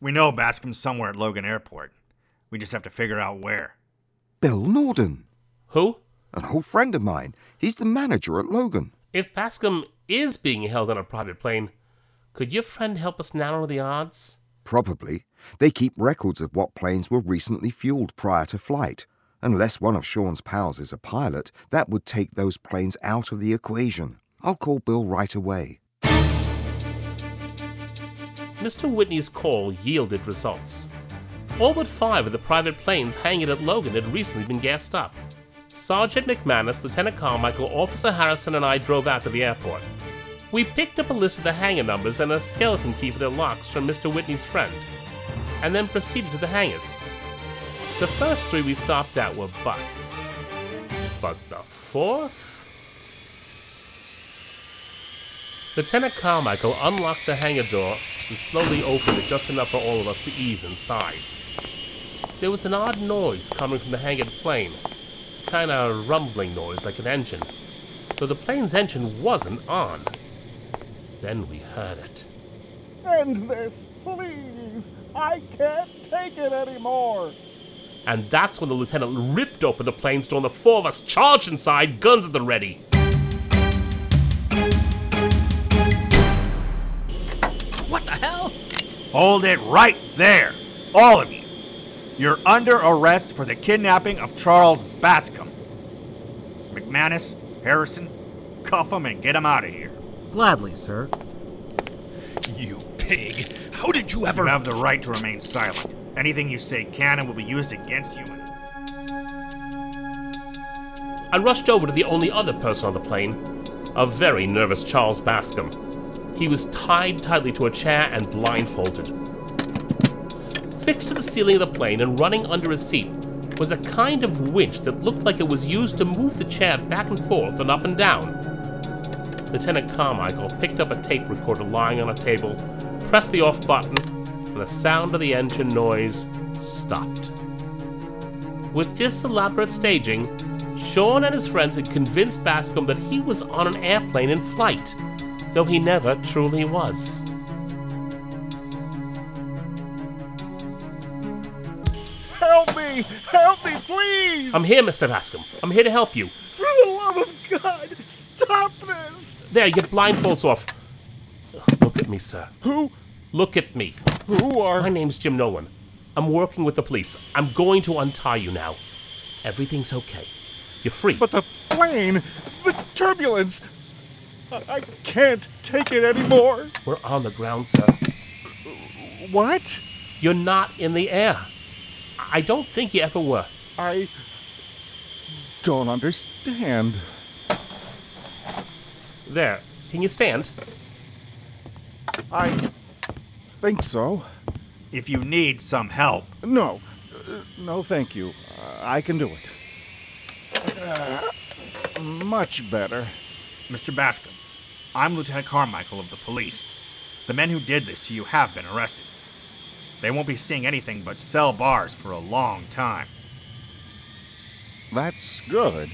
[SPEAKER 5] We know Bascom's somewhere at Logan Airport. We just have to figure out where.
[SPEAKER 10] Bill Norden.
[SPEAKER 1] Who?
[SPEAKER 10] An old friend of mine. He's the manager at Logan.
[SPEAKER 1] If Bascom is being held on a private plane, could your friend help us narrow the odds?
[SPEAKER 10] Probably. They keep records of what planes were recently fueled prior to flight. Unless one of Sean's pals is a pilot, that would take those planes out of the equation. I'll call Bill right away.
[SPEAKER 1] Mr. Whitney's call yielded results. All but five of the private planes hanging at Logan had recently been gassed up. Sergeant McManus, Lieutenant Carmichael, Officer Harrison, and I drove out to the airport. We picked up a list of the hangar numbers and a skeleton key for their locks from Mr. Whitney's friend, and then proceeded to the hangars. The first three we stopped at were busts. But the fourth? Lieutenant Carmichael unlocked the hangar door and slowly opened it just enough for all of us to ease inside. There was an odd noise coming from the hangared plane, kind of rumbling noise like an engine, though the plane's engine wasn't on. Then we heard it.
[SPEAKER 8] End this, please. I can't take it anymore.
[SPEAKER 1] And that's when the lieutenant ripped open the plane's door and the four of us charged inside, guns at the ready.
[SPEAKER 13] What the hell?
[SPEAKER 5] Hold it right there, all of you. You're under arrest for the kidnapping of Charles Bascom. McManus, Harrison, cuff him and get him out of here.
[SPEAKER 14] Gladly, sir.
[SPEAKER 5] You pig! How did you ever? You have the right to remain silent. Anything you say can and will be used against you.
[SPEAKER 1] I rushed over to the only other person on the plane, a very nervous Charles Bascom. He was tied tightly to a chair and blindfolded. Fixed to the ceiling of the plane and running under his seat was a kind of winch that looked like it was used to move the chair back and forth and up and down. Lieutenant Carmichael picked up a tape recorder lying on a table, pressed the off button, and the sound of the engine noise stopped. With this elaborate staging, Sean and his friends had convinced Bascom that he was on an airplane in flight, though he never truly was.
[SPEAKER 8] Help me! Help me, please!
[SPEAKER 1] I'm here, Mr. Bascom. I'm here to help you.
[SPEAKER 8] For the love of God, stop this!
[SPEAKER 1] There, your blindfold's off. Ugh, Look at me, sir.
[SPEAKER 8] Who?
[SPEAKER 1] Look at me.
[SPEAKER 8] Who are?
[SPEAKER 1] My name's Jim Nolan. I'm working with the police. I'm going to untie you now. Everything's okay. You're free.
[SPEAKER 8] But the plane! The turbulence! I, I can't take it anymore!
[SPEAKER 1] We're on the ground, sir.
[SPEAKER 8] What?
[SPEAKER 1] You're not in the air. I don't think you ever were.
[SPEAKER 8] I don't understand.
[SPEAKER 1] There. Can you stand?
[SPEAKER 8] I think so.
[SPEAKER 5] If you need some help.
[SPEAKER 8] No. Uh, No, thank you. Uh, I can do it. Uh, much better.
[SPEAKER 5] Mr. Bascom, I'm Lieutenant Carmichael of the police. The men who did this to you have been arrested. They won't be seeing anything but cell bars for a long time.
[SPEAKER 7] That's good.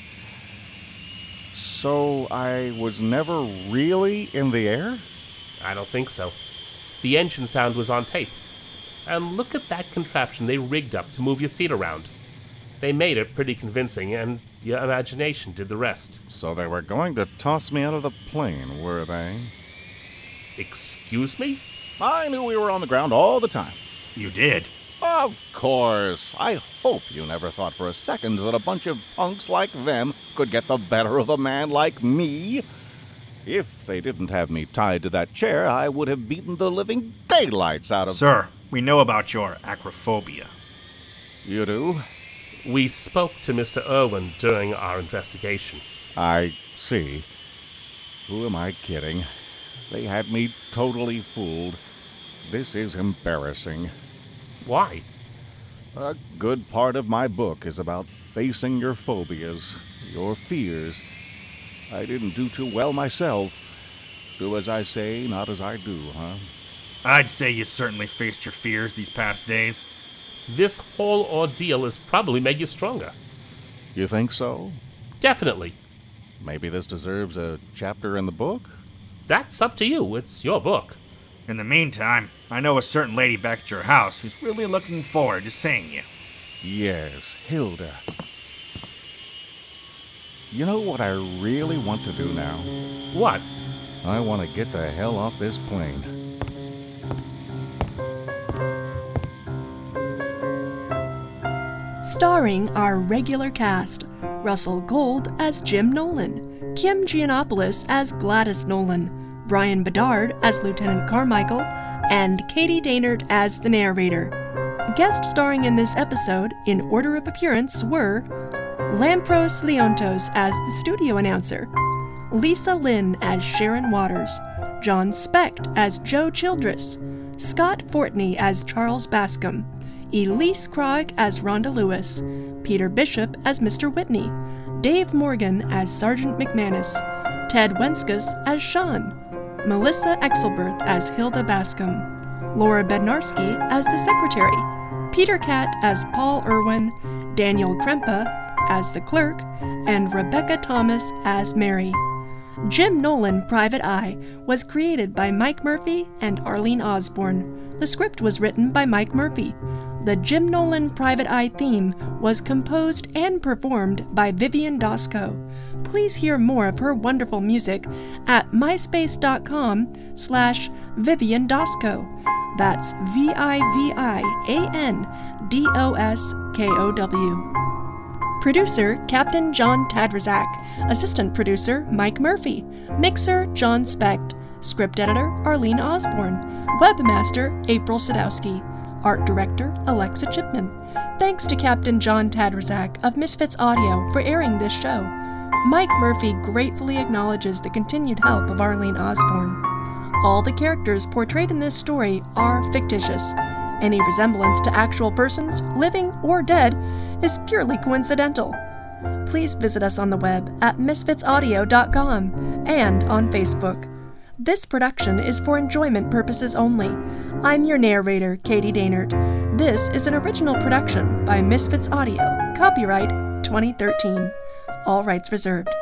[SPEAKER 7] So I was never really in the air?
[SPEAKER 1] I don't think so. The engine sound was on tape. And look at that contraption they rigged up to move your seat around. They made it pretty convincing, and your imagination did the rest.
[SPEAKER 7] So they were going to toss me out of the plane, were they?
[SPEAKER 1] Excuse me?
[SPEAKER 7] I knew we were on the ground all the time.
[SPEAKER 5] You did?
[SPEAKER 7] Of course. I hope you never thought for a second that a bunch of punks like them could get the better of a man like me. If they didn't have me tied to that chair, I would have beaten the living daylights out of
[SPEAKER 5] Sir, we know about your acrophobia.
[SPEAKER 7] You do?
[SPEAKER 1] We spoke to Mr. Irwin during our investigation.
[SPEAKER 7] I see. Who am I kidding? They had me totally fooled. This is embarrassing.
[SPEAKER 1] Why?
[SPEAKER 7] A good part of my book is about facing your phobias, your fears. I didn't do too well myself. Do as I say, not as I do, huh?
[SPEAKER 5] I'd say you certainly faced your fears these past days.
[SPEAKER 1] This whole ordeal has probably made you stronger.
[SPEAKER 7] You think so?
[SPEAKER 1] Definitely.
[SPEAKER 7] Maybe this deserves a chapter in the book?
[SPEAKER 1] That's up to you. It's your book.
[SPEAKER 5] In the meantime, I know a certain lady back at your house who's really looking forward to seeing you.
[SPEAKER 7] Yes, Hilda. You know what I really want to do now?
[SPEAKER 1] What?
[SPEAKER 7] I want to get the hell off this plane.
[SPEAKER 2] Starring our regular cast Russell Gold as Jim Nolan, Kim Giannopoulos as Gladys Nolan, Brian Bedard as Lieutenant Carmichael, and Katie Daynard as the narrator. Guests starring in this episode, in order of appearance, were Lampros Leontos as the studio announcer, Lisa Lynn as Sharon Waters, John Specht as Joe Childress, Scott Fortney as Charles Bascom, Elise Krog as Rhonda Lewis, Peter Bishop as Mr. Whitney, Dave Morgan as Sergeant McManus, Ted Wenskus as Sean, Melissa Exelberth as Hilda Bascom, Laura Bednarski as the secretary, Peter Cat as Paul Irwin, Daniel Krempa as the clerk and Rebecca Thomas as Mary. Jim Nolan, Private Eye, was created by Mike Murphy and Arlene Osborne. The script was written by Mike Murphy. The Jim Nolan Private Eye theme was composed and performed by Vivian Dosco. Please hear more of her wonderful music at myspace.com slash Vivian Dosco. That's V-I-V-I-A-N-D-O-S-K-O-W. Producer Captain John Tadrazak. Assistant producer Mike Murphy. Mixer John Specht. Script editor Arlene Osborne. Webmaster April Sadowski. Art director Alexa Chipman. Thanks to Captain John Tadrazak of Misfits Audio for airing this show. Mike Murphy gratefully acknowledges the continued help of Arlene Osborne. All the characters portrayed in this story are fictitious. Any resemblance to actual persons, living or dead, is purely coincidental. Please visit us on the web at misfitsaudio.com and on Facebook. This production is for enjoyment purposes only. I'm your narrator, Katie Daynard. This is an original production by Misfits Audio, copyright 2013. All rights reserved.